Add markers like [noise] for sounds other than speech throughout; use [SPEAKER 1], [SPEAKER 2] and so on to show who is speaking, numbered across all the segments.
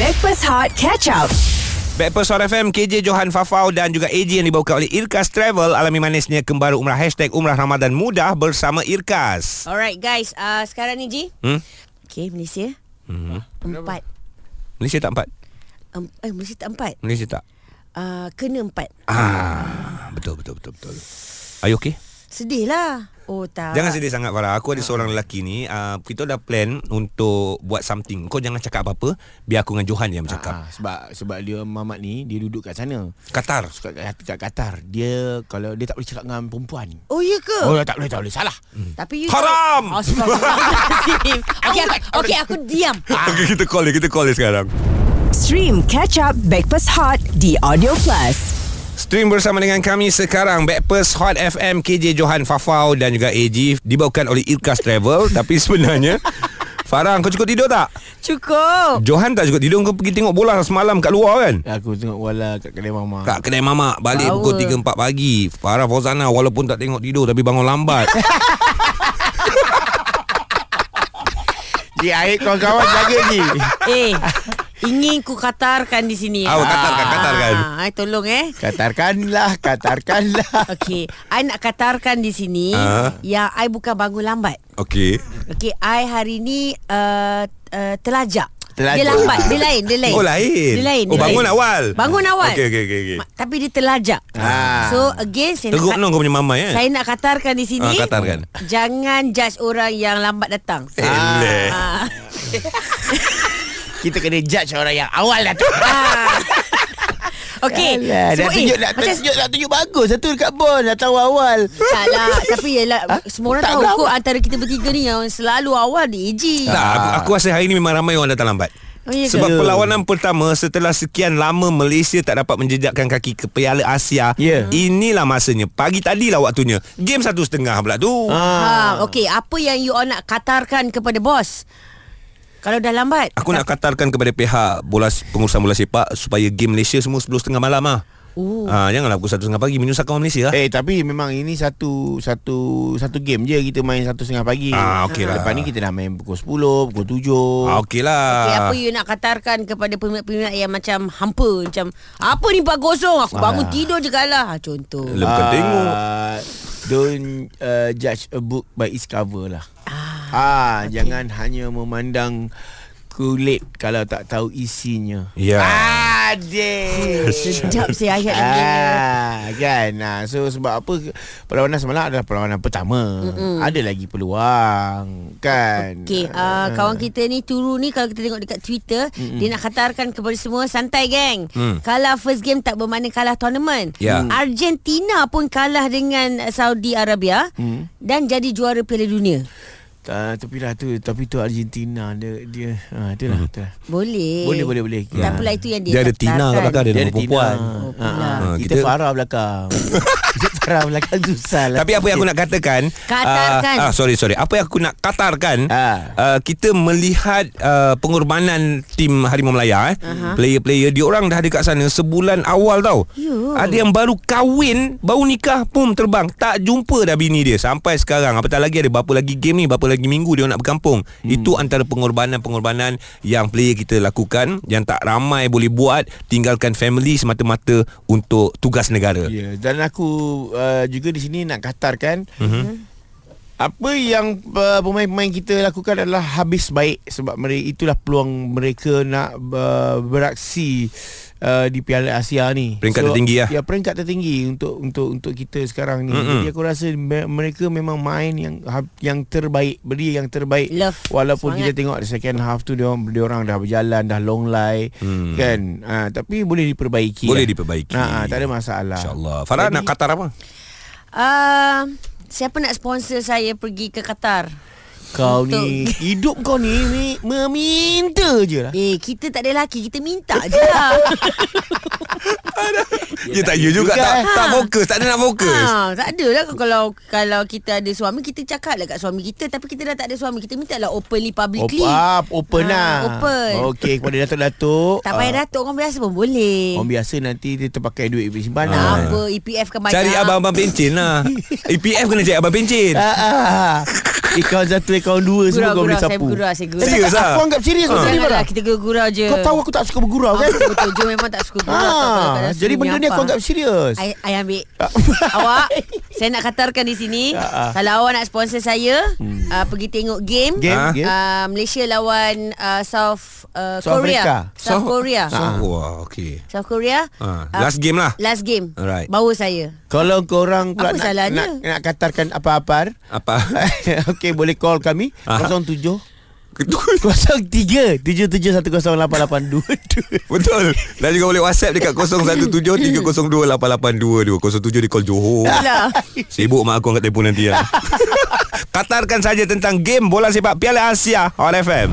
[SPEAKER 1] Backpass Hot Catch Up.
[SPEAKER 2] Backpast Hot FM KJ Johan Fafau Dan juga AJ yang dibawakan oleh Irkas Travel Alami manisnya Kembali Umrah Hashtag Umrah Ramadan Mudah Bersama Irkas
[SPEAKER 3] Alright guys, uh, sekarang ni Ji.
[SPEAKER 2] Hmm?
[SPEAKER 3] Okay, Malaysia. Hmm. Empat.
[SPEAKER 2] Malaysia tak empat?
[SPEAKER 3] Um, eh, Malaysia tak empat.
[SPEAKER 2] Malaysia tak?
[SPEAKER 3] Uh, kena empat.
[SPEAKER 2] Ah, Betul betul betul betul Are you okay?
[SPEAKER 3] Sedih lah. Oh tak.
[SPEAKER 2] Jangan sedih sangat Farah Aku ada seorang lelaki ni uh, Kita dah plan Untuk buat something Kau jangan cakap apa-apa Biar aku dengan Johan yang bercakap
[SPEAKER 4] Ah, sebab sebab dia Mamat ni dia duduk kat sana.
[SPEAKER 2] Qatar
[SPEAKER 4] Kat, kat, kat Qatar. Dia kalau dia tak boleh cakap dengan perempuan.
[SPEAKER 3] Oh ya ke?
[SPEAKER 4] Oh, Hmm. tak boleh tak boleh salah.
[SPEAKER 3] Tapi you
[SPEAKER 2] Haram!
[SPEAKER 3] Tahu, [laughs] Astagfirullahalazim. okay, aku, okay, aku diam.
[SPEAKER 2] [laughs] Okay kita call dia Kita call dia sekarang
[SPEAKER 1] Stream Catch Up Backpass Hot di Audio Plus.
[SPEAKER 2] Stream bersama dengan kami sekarang Backpast Hot FM KJ Johan Fafau dan juga AG Dibawakan oleh Irkas Travel [laughs] Tapi sebenarnya Farah kau cukup tidur tak?
[SPEAKER 3] Cukup.
[SPEAKER 2] Johan tak cukup tidur Kau pergi tengok bola semalam kat luar kan?
[SPEAKER 4] Aku tengok wala kat kedai mama.
[SPEAKER 2] Kat kedai mamak Balik
[SPEAKER 3] Power.
[SPEAKER 2] Power. pukul 3-4 pagi Farah Fauzana Walaupun tak tengok tidur Tapi bangun
[SPEAKER 3] [laughs]
[SPEAKER 2] lambat
[SPEAKER 4] Ji air kawan-kawan jaga Ji.
[SPEAKER 3] Eh, ingin ku katarkan di sini.
[SPEAKER 2] Ah, oh, katarkan, katarkan.
[SPEAKER 3] Ah, eh, tolong eh.
[SPEAKER 4] [laughs] Katarkanlah, katarkanlah.
[SPEAKER 3] Okay, I nak katarkan di sini
[SPEAKER 2] Ah.
[SPEAKER 3] yang I bukan bangun lambat.
[SPEAKER 2] Okay
[SPEAKER 3] Okay, I hari ni uh, uh, telajak. Dia
[SPEAKER 4] Telajak.
[SPEAKER 3] lambat, dia lain, dia lain.
[SPEAKER 2] Oh lain
[SPEAKER 3] Dia lain.
[SPEAKER 2] Oh
[SPEAKER 3] dia
[SPEAKER 2] bangun
[SPEAKER 3] lain.
[SPEAKER 2] awal
[SPEAKER 3] Bangun awal.
[SPEAKER 2] Okay okay okay, okay.
[SPEAKER 3] Ma- Tapi dia telajak.
[SPEAKER 4] Ah.
[SPEAKER 3] So again saya
[SPEAKER 2] Teruk
[SPEAKER 3] nak,
[SPEAKER 2] no kau punya mama ya
[SPEAKER 3] saya nak katarkan di sini.
[SPEAKER 2] Ah, katarkan. Eh.
[SPEAKER 3] Jangan judge orang yang lambat datang.
[SPEAKER 2] Eleh
[SPEAKER 3] Ah.
[SPEAKER 4] Kita kena judge orang yang awal dah [laughs] tu.
[SPEAKER 3] Ah. [laughs] Okey.
[SPEAKER 4] Alah, dah
[SPEAKER 3] Semua- eh,
[SPEAKER 4] tunjuk, dah,
[SPEAKER 3] macam-
[SPEAKER 4] tunjuk, dah tunjuk bagus. Satu dekat Bon, datang awal-awal.
[SPEAKER 3] tak lah Tapi yelah
[SPEAKER 2] Ah,
[SPEAKER 3] Semua orang
[SPEAKER 4] Tak
[SPEAKER 3] tahu
[SPEAKER 4] berapa.
[SPEAKER 3] kot Antara kita bertiga ni Yang selalu awal Di AG
[SPEAKER 2] Tak, aku, aku rasa hari ni memang ramai orang datang lambat.
[SPEAKER 3] Oh, ya ke?
[SPEAKER 2] Sebab
[SPEAKER 4] Ya.
[SPEAKER 2] perlawanan pertama setelah sekian lama Malaysia tak dapat menjejakkan kaki ke Piala Asia.
[SPEAKER 4] Ya.
[SPEAKER 2] Inilah masanya. Pagi tadilah waktunya. Game satu setengah pula tu.
[SPEAKER 4] Ah.
[SPEAKER 3] ha, Okey Apa yang you all nak Katarkan kepada bos Kalau dah lambat
[SPEAKER 2] Aku nak katarkan kepada pihak bola pengurusan bola sepak supaya game Malaysia semua 10.30 malam ah.
[SPEAKER 3] Oh.
[SPEAKER 2] Ah, janganlah pukul 1.30 pagi menyusahkan orang Malaysia lah.
[SPEAKER 4] Eh tapi memang ini satu satu satu game je kita main satu setengah pagi.
[SPEAKER 2] Ah, okey lah.
[SPEAKER 4] Lepas ni kita dah main pukul 10, pukul 7.
[SPEAKER 2] Ah, okey lah.
[SPEAKER 3] Okay, apa you nak katarkan kepada peminat-peminat yang macam hampa macam apa ni empat kosong aku bangun
[SPEAKER 2] Ah.
[SPEAKER 3] tidur je kalah Ah, contoh
[SPEAKER 2] Lah, bukan tengok.
[SPEAKER 4] Ah, Don't uh, judge a book by its cover lah. Ah, ah okay. jangan hanya memandang kulit kalau tak tahu isinya.
[SPEAKER 2] Ya.
[SPEAKER 4] Ah,
[SPEAKER 2] [laughs]
[SPEAKER 4] deh.
[SPEAKER 3] sedap si ayat ni
[SPEAKER 4] Ah, kan. Ah, so sebab apa perlawanan semalam adalah perlawanan pertama. Mm-mm. Ada lagi peluang, kan.
[SPEAKER 3] Okey,
[SPEAKER 2] Hmm.
[SPEAKER 3] uh, kawan kita ni Turu ni kalau kita tengok dekat Twitter, mm dia nak khatarkan kepada semua santai geng. Mm. Kalah first game tak bermakna kalah tournament.
[SPEAKER 2] Hmm.
[SPEAKER 3] Hmm.
[SPEAKER 2] Ya.
[SPEAKER 3] Argentina pun kalah dengan uh, Saudi Arabia
[SPEAKER 2] Hmm.
[SPEAKER 3] mm. dan jadi juara Piala Dunia.
[SPEAKER 4] Ah, tapi lah tu, tapi tu Argentina dia dia ah, itulah, mm-hmm. itulah.
[SPEAKER 3] Boleh.
[SPEAKER 4] Boleh, boleh, boleh.
[SPEAKER 3] Tak
[SPEAKER 2] Ah.
[SPEAKER 3] lah,
[SPEAKER 4] Ya.
[SPEAKER 3] apalah itu yang dia
[SPEAKER 2] Hmm. Dia ada Tina kat
[SPEAKER 3] khatarkan.
[SPEAKER 2] belakang dia, dia nama perempuan.
[SPEAKER 4] Tina.
[SPEAKER 3] Oh, pula.
[SPEAKER 4] Ah, ah.
[SPEAKER 2] Ah,
[SPEAKER 4] kita,
[SPEAKER 2] kita-
[SPEAKER 4] kita Farah
[SPEAKER 2] [laughs]
[SPEAKER 4] belakang. kita Farah belakang susah lah.
[SPEAKER 2] Tapi apa yang aku nak katakan
[SPEAKER 3] Katarkan.
[SPEAKER 2] uh, ah, Sorry sorry Apa yang aku nak katarkan
[SPEAKER 4] Ah.
[SPEAKER 2] uh, Kita melihat uh, Pengorbanan Tim Harimau Melaya eh. uh-huh. Player-player Diorang dah dekat sana Sebulan awal tau
[SPEAKER 3] Yo.
[SPEAKER 2] Ada yang baru kahwin Baru nikah Pum terbang Tak jumpa dah bini dia Sampai sekarang Apatah lagi ada Berapa lagi game ni Berapa lagi minggu Dia nak berkampung hmm. Itu antara pengorbanan-pengorbanan Yang player kita lakukan Yang tak ramai boleh buat Tinggalkan family Semata-mata Untuk tugas negara yeah.
[SPEAKER 4] Ya, dan aku uh, juga di sini nak katarkan
[SPEAKER 2] Mhm.
[SPEAKER 4] mm-hmm. apa yang uh, pemain-pemain kita lakukan adalah habis baik sebab mereka itulah peluang mereka nak uh, beraksi uh, di Piala Asia ni.
[SPEAKER 2] Peringkat tertinggi lah. Mhm.
[SPEAKER 4] Ya, peringkat tertinggi untuk untuk untuk kita sekarang ni.
[SPEAKER 2] Mm-mm.
[SPEAKER 4] Mm-hmm. Jadi aku rasa me- mereka memang main yang ha- yang terbaik, beri yang terbaik.
[SPEAKER 3] Love.
[SPEAKER 4] Walaupun
[SPEAKER 3] Semangat.
[SPEAKER 4] kita tengok second half tu dia orang dia orang dah berjalan, dah long lie
[SPEAKER 2] Hmm.
[SPEAKER 4] kan. Uh, tapi boleh diperbaiki.
[SPEAKER 2] Boleh
[SPEAKER 4] lah.
[SPEAKER 2] diperbaiki.
[SPEAKER 4] Ha, ha, tak ada masalah.
[SPEAKER 2] InsyaAllah Farah
[SPEAKER 4] Jadi-
[SPEAKER 2] nak katar apa? [laughs]
[SPEAKER 3] Ah, siapa nak sponsor saya pergi ke Qatar?
[SPEAKER 4] Kau
[SPEAKER 3] Untuk-
[SPEAKER 4] ni Hidup kau ni, ni Meminta je lah
[SPEAKER 3] Eh, kita tak ada lelaki, kita minta je
[SPEAKER 4] [laughs]
[SPEAKER 3] lah.
[SPEAKER 2] Ya tak ya juga,
[SPEAKER 4] juga,
[SPEAKER 2] tak,
[SPEAKER 4] eh.
[SPEAKER 2] tak fokus Tak ada nak fokus
[SPEAKER 3] Ha, tak ada lah kalau kalau kita ada suami kita cakap lah kat suami kita tapi kita dah tak ada suami kita minta lah openly publicly.
[SPEAKER 4] Open up Open
[SPEAKER 3] Ah,
[SPEAKER 4] lah
[SPEAKER 3] open.
[SPEAKER 4] Okay kepada Datuk-Datuk
[SPEAKER 3] tak payah
[SPEAKER 4] ah,
[SPEAKER 3] datuk orang biasa pun boleh.
[SPEAKER 4] Orang biasa Ah. nanti Dia terpakai duit lah.
[SPEAKER 3] tak
[SPEAKER 4] Simpanan
[SPEAKER 3] apa EPF kan banyak. [laughs]
[SPEAKER 2] E
[SPEAKER 3] Ah,
[SPEAKER 2] Cari abang-abang pencin lah EPF kena cari abang pencin
[SPEAKER 4] ah, ah. Akaun satu kawan dua semua kau boleh
[SPEAKER 3] Gurau-gurau Saya
[SPEAKER 4] sapu.
[SPEAKER 3] bergurau Saya gurau
[SPEAKER 2] Serius
[SPEAKER 4] Tak,
[SPEAKER 2] ah?
[SPEAKER 4] Aku anggap serius ha. tadi
[SPEAKER 3] Janganlah
[SPEAKER 4] Farah.
[SPEAKER 3] lah, kita gurau je
[SPEAKER 4] Kau tahu aku tak suka bergurau kan?
[SPEAKER 3] Betul betul Jo memang tak suka gurau tak tahu kat
[SPEAKER 4] Ha,
[SPEAKER 3] dalam
[SPEAKER 4] jadi
[SPEAKER 3] sunyi
[SPEAKER 4] benda ni aku
[SPEAKER 3] apa.
[SPEAKER 4] anggap serius.
[SPEAKER 3] I, I ambil [laughs] Awak Saya nak katakan di sini
[SPEAKER 4] Ah, Hmm. ah.
[SPEAKER 3] Kalau awak nak sponsor saya uh, Pergi tengok game
[SPEAKER 4] Game,
[SPEAKER 2] Ah.
[SPEAKER 4] game.
[SPEAKER 3] Uh, Malaysia lawan uh, South, uh,
[SPEAKER 4] Ya. South
[SPEAKER 3] Korea
[SPEAKER 4] Africa.
[SPEAKER 3] South Korea
[SPEAKER 2] So, ah, wah, okey.
[SPEAKER 3] South Korea
[SPEAKER 2] Ah,
[SPEAKER 3] Ah,
[SPEAKER 2] last game lah.
[SPEAKER 3] Last game
[SPEAKER 2] Alright.
[SPEAKER 3] Bawa saya
[SPEAKER 4] Kalau korang
[SPEAKER 3] Apa
[SPEAKER 4] pula nak,
[SPEAKER 3] salahnya?
[SPEAKER 4] nak, nak katarkan apa-apa
[SPEAKER 2] Apa?
[SPEAKER 4] [laughs]
[SPEAKER 2] [laughs]
[SPEAKER 4] Okey boleh call kami
[SPEAKER 2] Aha.
[SPEAKER 4] 07 [laughs] 03 77108822
[SPEAKER 2] Betul Dan juga boleh whatsapp Dekat 0173028822 07 di call Johor
[SPEAKER 3] Alah.
[SPEAKER 2] Sibuk mak aku angkat telefon
[SPEAKER 3] [laughs]
[SPEAKER 2] nanti lah Katarkan saja tentang game bola sepak Piala Asia Hot FM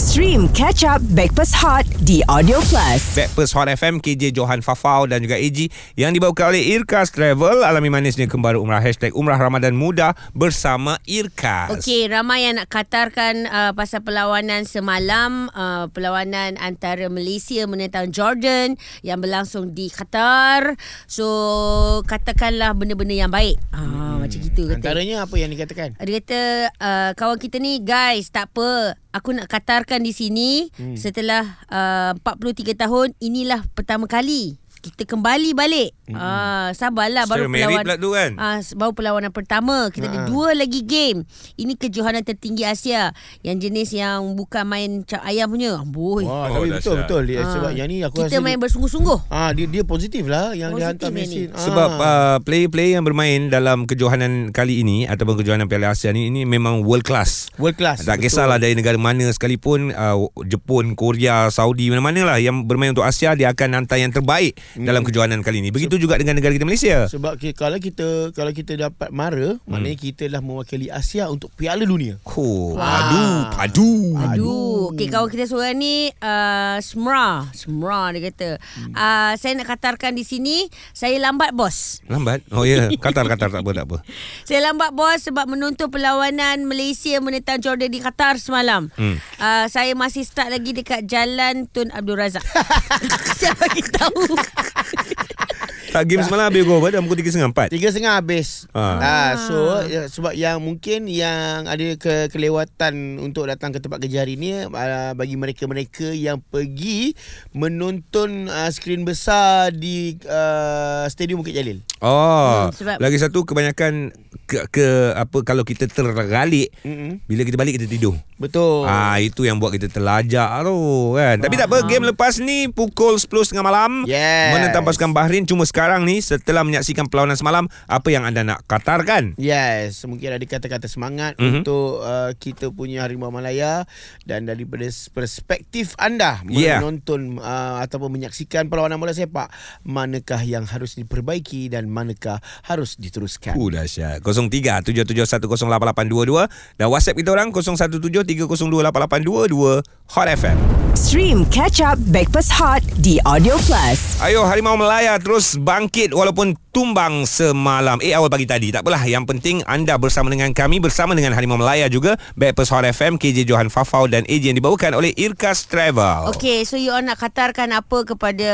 [SPEAKER 1] Stream Catch Up Backpass Hot di Audio Plus.
[SPEAKER 2] Backpast Hot FM KJ Johan Fafau dan juga AG Yang dibawakan oleh Irkas Travel Alami manisnya kembali umrah Hashtag umrah Ramadan muda Bersama Irkas
[SPEAKER 3] Okey, ramai yang nak katarkan uh, pasal perlawanan semalam, uh, perlawanan antara Malaysia menentang Jordan yang berlangsung di Qatar. So, katakanlah benda-benda yang baik. Ah, hmm. macam gitu kata.
[SPEAKER 4] Antaranya apa yang dikatakan?
[SPEAKER 3] Dia kata uh, kawan kita ni guys tak apa aku nak katarkan di sini hmm. setelah uh, 43 tahun inilah pertama kali kita kembali balik. Hmm. Ah sabarlah baru
[SPEAKER 2] Secara merit pula tu kan?
[SPEAKER 3] Ah baru perlawanan pertama kita ada dua lagi game. Ini kejohanan tertinggi Asia yang jenis yang bukan main cap ayam punya. Amboi.
[SPEAKER 4] Wah,
[SPEAKER 2] Oh,
[SPEAKER 4] tapi
[SPEAKER 2] dahsyat.
[SPEAKER 4] betul betul dia,
[SPEAKER 3] Ah,
[SPEAKER 4] sebab yang ni aku
[SPEAKER 3] kita
[SPEAKER 4] rasa
[SPEAKER 3] main bersungguh-sungguh.
[SPEAKER 4] Ah dia dia positif lah yang
[SPEAKER 3] Positif
[SPEAKER 4] dia hantar
[SPEAKER 3] yang
[SPEAKER 4] mesin. Ah.
[SPEAKER 2] Sebab uh, player-player yang bermain dalam kejohanan kali ini Ataupun kejohanan Piala Asia ni Ini memang world class
[SPEAKER 4] world class.
[SPEAKER 2] Tak kisahlah dari negara mana sekalipun uh, Jepun, Korea, Saudi Mana-mana lah Yang bermain untuk Asia Dia akan hantar yang terbaik hmm. Dalam kejohanan kali ini Begitu juga dengan negara kita Malaysia
[SPEAKER 4] Sebab ki- kalau kita kalau kita dapat mara, hmm. maknanya kita dah mewakili Asia untuk Piala Dunia.
[SPEAKER 2] Oh, padu, padu
[SPEAKER 3] Aduh. Okay, kawan kita seorang ni uh, Smra. Smra dia kata. Uh, saya nak katarkan di sini, saya lambat bos.
[SPEAKER 2] Lambat Oh
[SPEAKER 4] [laughs]
[SPEAKER 2] ya yeah. Katar-katar tak apa tak apa
[SPEAKER 3] Saya lambat bos sebab menonton perlawanan Malaysia menentang Jordan di Qatar semalam. Hmm. Uh, saya masih start lagi dekat Jalan Tun Abdul Razak. [laughs] saya bagi tahu.
[SPEAKER 2] Tak game semalam habis kau Pada pukul 3.30
[SPEAKER 4] Tiga setengah habis.
[SPEAKER 2] Ah.
[SPEAKER 4] Ha. so ya, sebab yang mungkin yang ada ke, kelewatan untuk datang ke tempat kerja hari ni uh, bagi mereka-mereka yang pergi menonton uh, skrin besar di uh, Stadium Bukit Jalil.
[SPEAKER 2] Oh
[SPEAKER 3] Hmm, sebab-
[SPEAKER 2] Lagi satu kebanyakan ke, ke apa kalau kita tergalik
[SPEAKER 4] Mm-mm.
[SPEAKER 2] bila kita balik kita tidur
[SPEAKER 4] Betul.
[SPEAKER 2] Ah itu yang buat kita terlajak tu kan. Tapi tak apa game lepas ni pukul 10.30 malam
[SPEAKER 4] Yes.
[SPEAKER 2] menentang pasukan Bahrain cuma sekarang ni setelah menyaksikan perlawanan semalam apa yang anda nak katarkan?
[SPEAKER 4] Yes, mungkin ada kata-kata semangat
[SPEAKER 2] Mhm.
[SPEAKER 4] mm-hmm. untuk uh, kita punya Harimau Malaya dan daripada s- perspektif anda
[SPEAKER 2] Yeah.
[SPEAKER 4] menonton uh, ataupun menyaksikan perlawanan bola sepak, manakah yang harus diperbaiki dan manakah harus diteruskan.
[SPEAKER 2] Uh dahsyat 0377108822 dan WhatsApp kita orang 0173028822 Hot FM.
[SPEAKER 1] Stream Catch Up Backpass Hot di Audio Plus.
[SPEAKER 2] Ayo Harimau Melaya terus bangkit walaupun tumbang semalam. Eh awal pagi tadi. Tak apalah. Yang penting anda bersama dengan kami. Bersama dengan Harimau Melaya juga. Backpast Hot FM, KJ Johan Fafau dan AJ yang dibawakan oleh Irkas Travel.
[SPEAKER 3] Okay, so you all nak katarkan apa kepada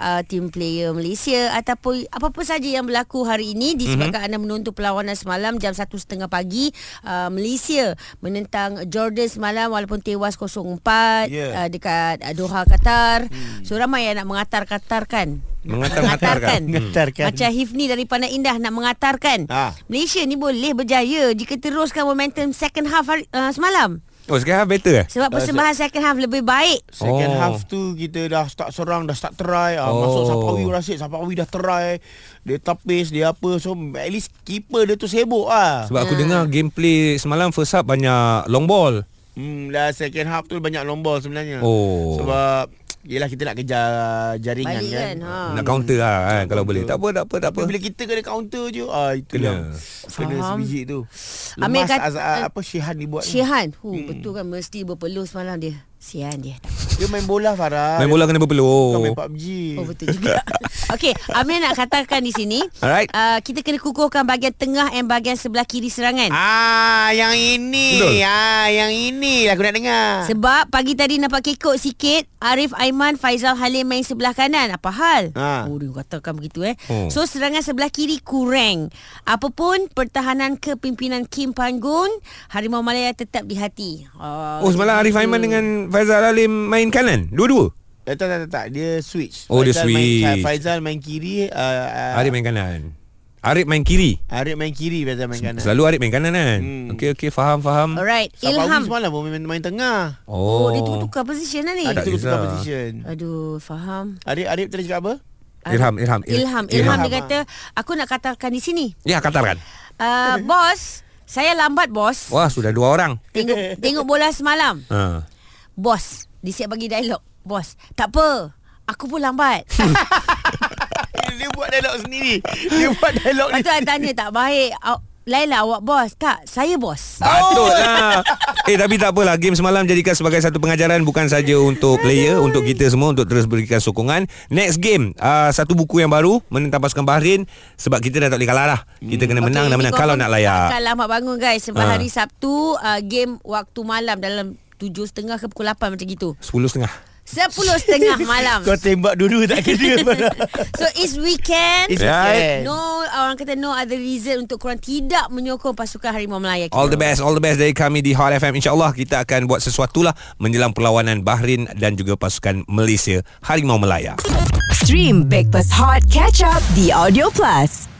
[SPEAKER 3] uh, team player Malaysia ataupun apa-apa saja yang berlaku hari ini disebabkan mm-hmm. anda menonton perlawanan semalam jam 1.30 pagi uh, Malaysia menentang Jordan semalam walaupun tewas 0-4 yeah.
[SPEAKER 4] Yeah.
[SPEAKER 3] uh, dekat uh, Doha Qatar. Mm. So ramai yang nak mengatar-katarkan.
[SPEAKER 2] Mengatar-ngatarkan.
[SPEAKER 4] Mengatarkan.
[SPEAKER 3] Macam Hifni dari Panai Indah nak mengatarkan.
[SPEAKER 4] Ah.
[SPEAKER 3] Malaysia ni boleh berjaya jika teruskan momentum second half hari, uh, semalam.
[SPEAKER 2] Oh sekarang better eh?
[SPEAKER 3] Sebab persembahan second half lebih baik.
[SPEAKER 4] Second
[SPEAKER 2] Oh.
[SPEAKER 4] oh. half tu kita dah start serang, dah start try. Uh,
[SPEAKER 2] Oh.
[SPEAKER 4] oh. Masuk Sapawi Rasid, Sapawi dah try. Dia tapis, dia apa. So at least keeper dia tu sibuk lah.
[SPEAKER 2] Sebab aku dengar gameplay semalam first half banyak long ball.
[SPEAKER 4] Hmm, dah second half tu banyak lombol sebenarnya.
[SPEAKER 2] Oh.
[SPEAKER 4] Sebab yelah kita nak kejar jaringan
[SPEAKER 3] Balik
[SPEAKER 4] kan.
[SPEAKER 3] kan, ha.
[SPEAKER 2] Nak counter lah kan, kalau boleh. Tak apa, tak apa, tak apa.
[SPEAKER 4] Tapi bila kita kena counter je, ah itu
[SPEAKER 2] Kena.
[SPEAKER 4] kena. yang kena
[SPEAKER 3] Faham.
[SPEAKER 4] sebiji tu. Lemas
[SPEAKER 3] Amir
[SPEAKER 4] Amir
[SPEAKER 3] kat-
[SPEAKER 4] kata, Azhar, apa Syihan ni buat. ni.
[SPEAKER 3] Syihan. Hu, hmm. Betul kan mesti berpeluh semalam dia. Sian dia
[SPEAKER 4] Dia main bola Farah
[SPEAKER 2] Main bola kena
[SPEAKER 4] Bukan
[SPEAKER 2] berpeluh
[SPEAKER 4] main PUBG
[SPEAKER 2] Hmm.
[SPEAKER 3] Oh betul
[SPEAKER 2] [laughs]
[SPEAKER 3] juga Okey Amir nak katakan di sini
[SPEAKER 2] Alright.
[SPEAKER 3] uh, Kita kena kukuhkan bahagian tengah And bahagian sebelah kiri serangan
[SPEAKER 4] Ah, yang ini.
[SPEAKER 2] Betul.
[SPEAKER 4] Ah, yang ini lah aku nak dengar.
[SPEAKER 2] Ah.
[SPEAKER 3] Sebab pagi tadi nampak kekok sikit Arif Aiman Faizal Halim main sebelah kanan Apa hal?
[SPEAKER 4] Ha.
[SPEAKER 3] Oh dia katakan begitu eh oh.
[SPEAKER 2] Ah. Oh.
[SPEAKER 3] So serangan sebelah kiri kurang Apapun pertahanan kepimpinan Kim Panggun Harimau Malaya tetap di hati
[SPEAKER 2] Oh semalam Arif Aiman dengan Faizal Alim main kanan Dua-dua
[SPEAKER 4] Eh, tak, tak, tak, tak. Dia switch.
[SPEAKER 2] Oh, dia
[SPEAKER 4] Main,
[SPEAKER 2] switch.
[SPEAKER 4] Faizal main kiri. Uh, uh,
[SPEAKER 2] Arif main kanan Arif main kiri
[SPEAKER 4] Arif main kiri, Faizal main kanan.
[SPEAKER 2] Selalu Arif main kanan kan
[SPEAKER 4] Hmm.
[SPEAKER 2] Okey okey faham faham
[SPEAKER 3] Alright
[SPEAKER 4] Sabawi
[SPEAKER 3] Ilham
[SPEAKER 4] semalam pun lah, main, main tengah.
[SPEAKER 3] Oh, dia tukar-tukar position lah ni.
[SPEAKER 2] Ah,
[SPEAKER 4] Ada
[SPEAKER 2] tak
[SPEAKER 4] tukar-tukar
[SPEAKER 2] kisah.
[SPEAKER 4] position.
[SPEAKER 3] Aduh, faham.
[SPEAKER 4] Arif, Arif tadi cakap apa?
[SPEAKER 2] Ilham Ilham Il-
[SPEAKER 3] Ilham, Ilham dia kan?
[SPEAKER 4] Ilham.
[SPEAKER 3] kata, aku nak katakan di sini.
[SPEAKER 2] Ya katakan [laughs]
[SPEAKER 3] Uh, bos, saya lambat bos.
[SPEAKER 2] Wah sudah dua orang
[SPEAKER 3] Tengok tengok bola semalam.
[SPEAKER 2] ha.
[SPEAKER 3] Bos, dia siap bagi dialog. Bos, tak apa. Aku pun
[SPEAKER 2] [laughs]
[SPEAKER 3] lambat.
[SPEAKER 4] dia buat dialog [laughs] sendiri. Dia buat dialog
[SPEAKER 3] Lepas tu I tanya tak baik. Aw- Laila awak bos. Tak, saya bos.
[SPEAKER 2] Patutlah Eh tapi tak apalah Game semalam jadikan sebagai satu pengajaran Bukan saja untuk player Untuk kita semua Untuk terus berikan sokongan Next game uh, Satu buku yang baru Menentang pasukan Bahrain Sebab kita dah tak boleh kalah lah Kita kena menang dan
[SPEAKER 3] ini
[SPEAKER 2] menang Kalau
[SPEAKER 3] confirm
[SPEAKER 2] nak
[SPEAKER 3] Akan
[SPEAKER 2] layak
[SPEAKER 3] lambat bangun guys. Sebab
[SPEAKER 2] Ha.
[SPEAKER 3] hari Sabtu, uh, game waktu malam dalam tujuh setengah ke pukul 8 macam gitu.
[SPEAKER 2] Sepuluh setengah
[SPEAKER 3] Sepuluh
[SPEAKER 2] [laughs]
[SPEAKER 3] setengah malam.
[SPEAKER 4] Kau tembak dulu tak [laughs] kena Farah.
[SPEAKER 3] So it's weekend.
[SPEAKER 4] It's
[SPEAKER 2] Right.
[SPEAKER 4] right.
[SPEAKER 3] No Orang kata no other reason Untuk korang tidak menyokong Pasukan Harimau Melaya kita.
[SPEAKER 2] All the best All the best dari kami di Hot FM InsyaAllah kita akan buat sesuatu lah Menjelang perlawanan Bahrain Dan juga pasukan Malaysia Harimau Melaya
[SPEAKER 1] Stream Breakfast Hot Catch Up The Audio Plus.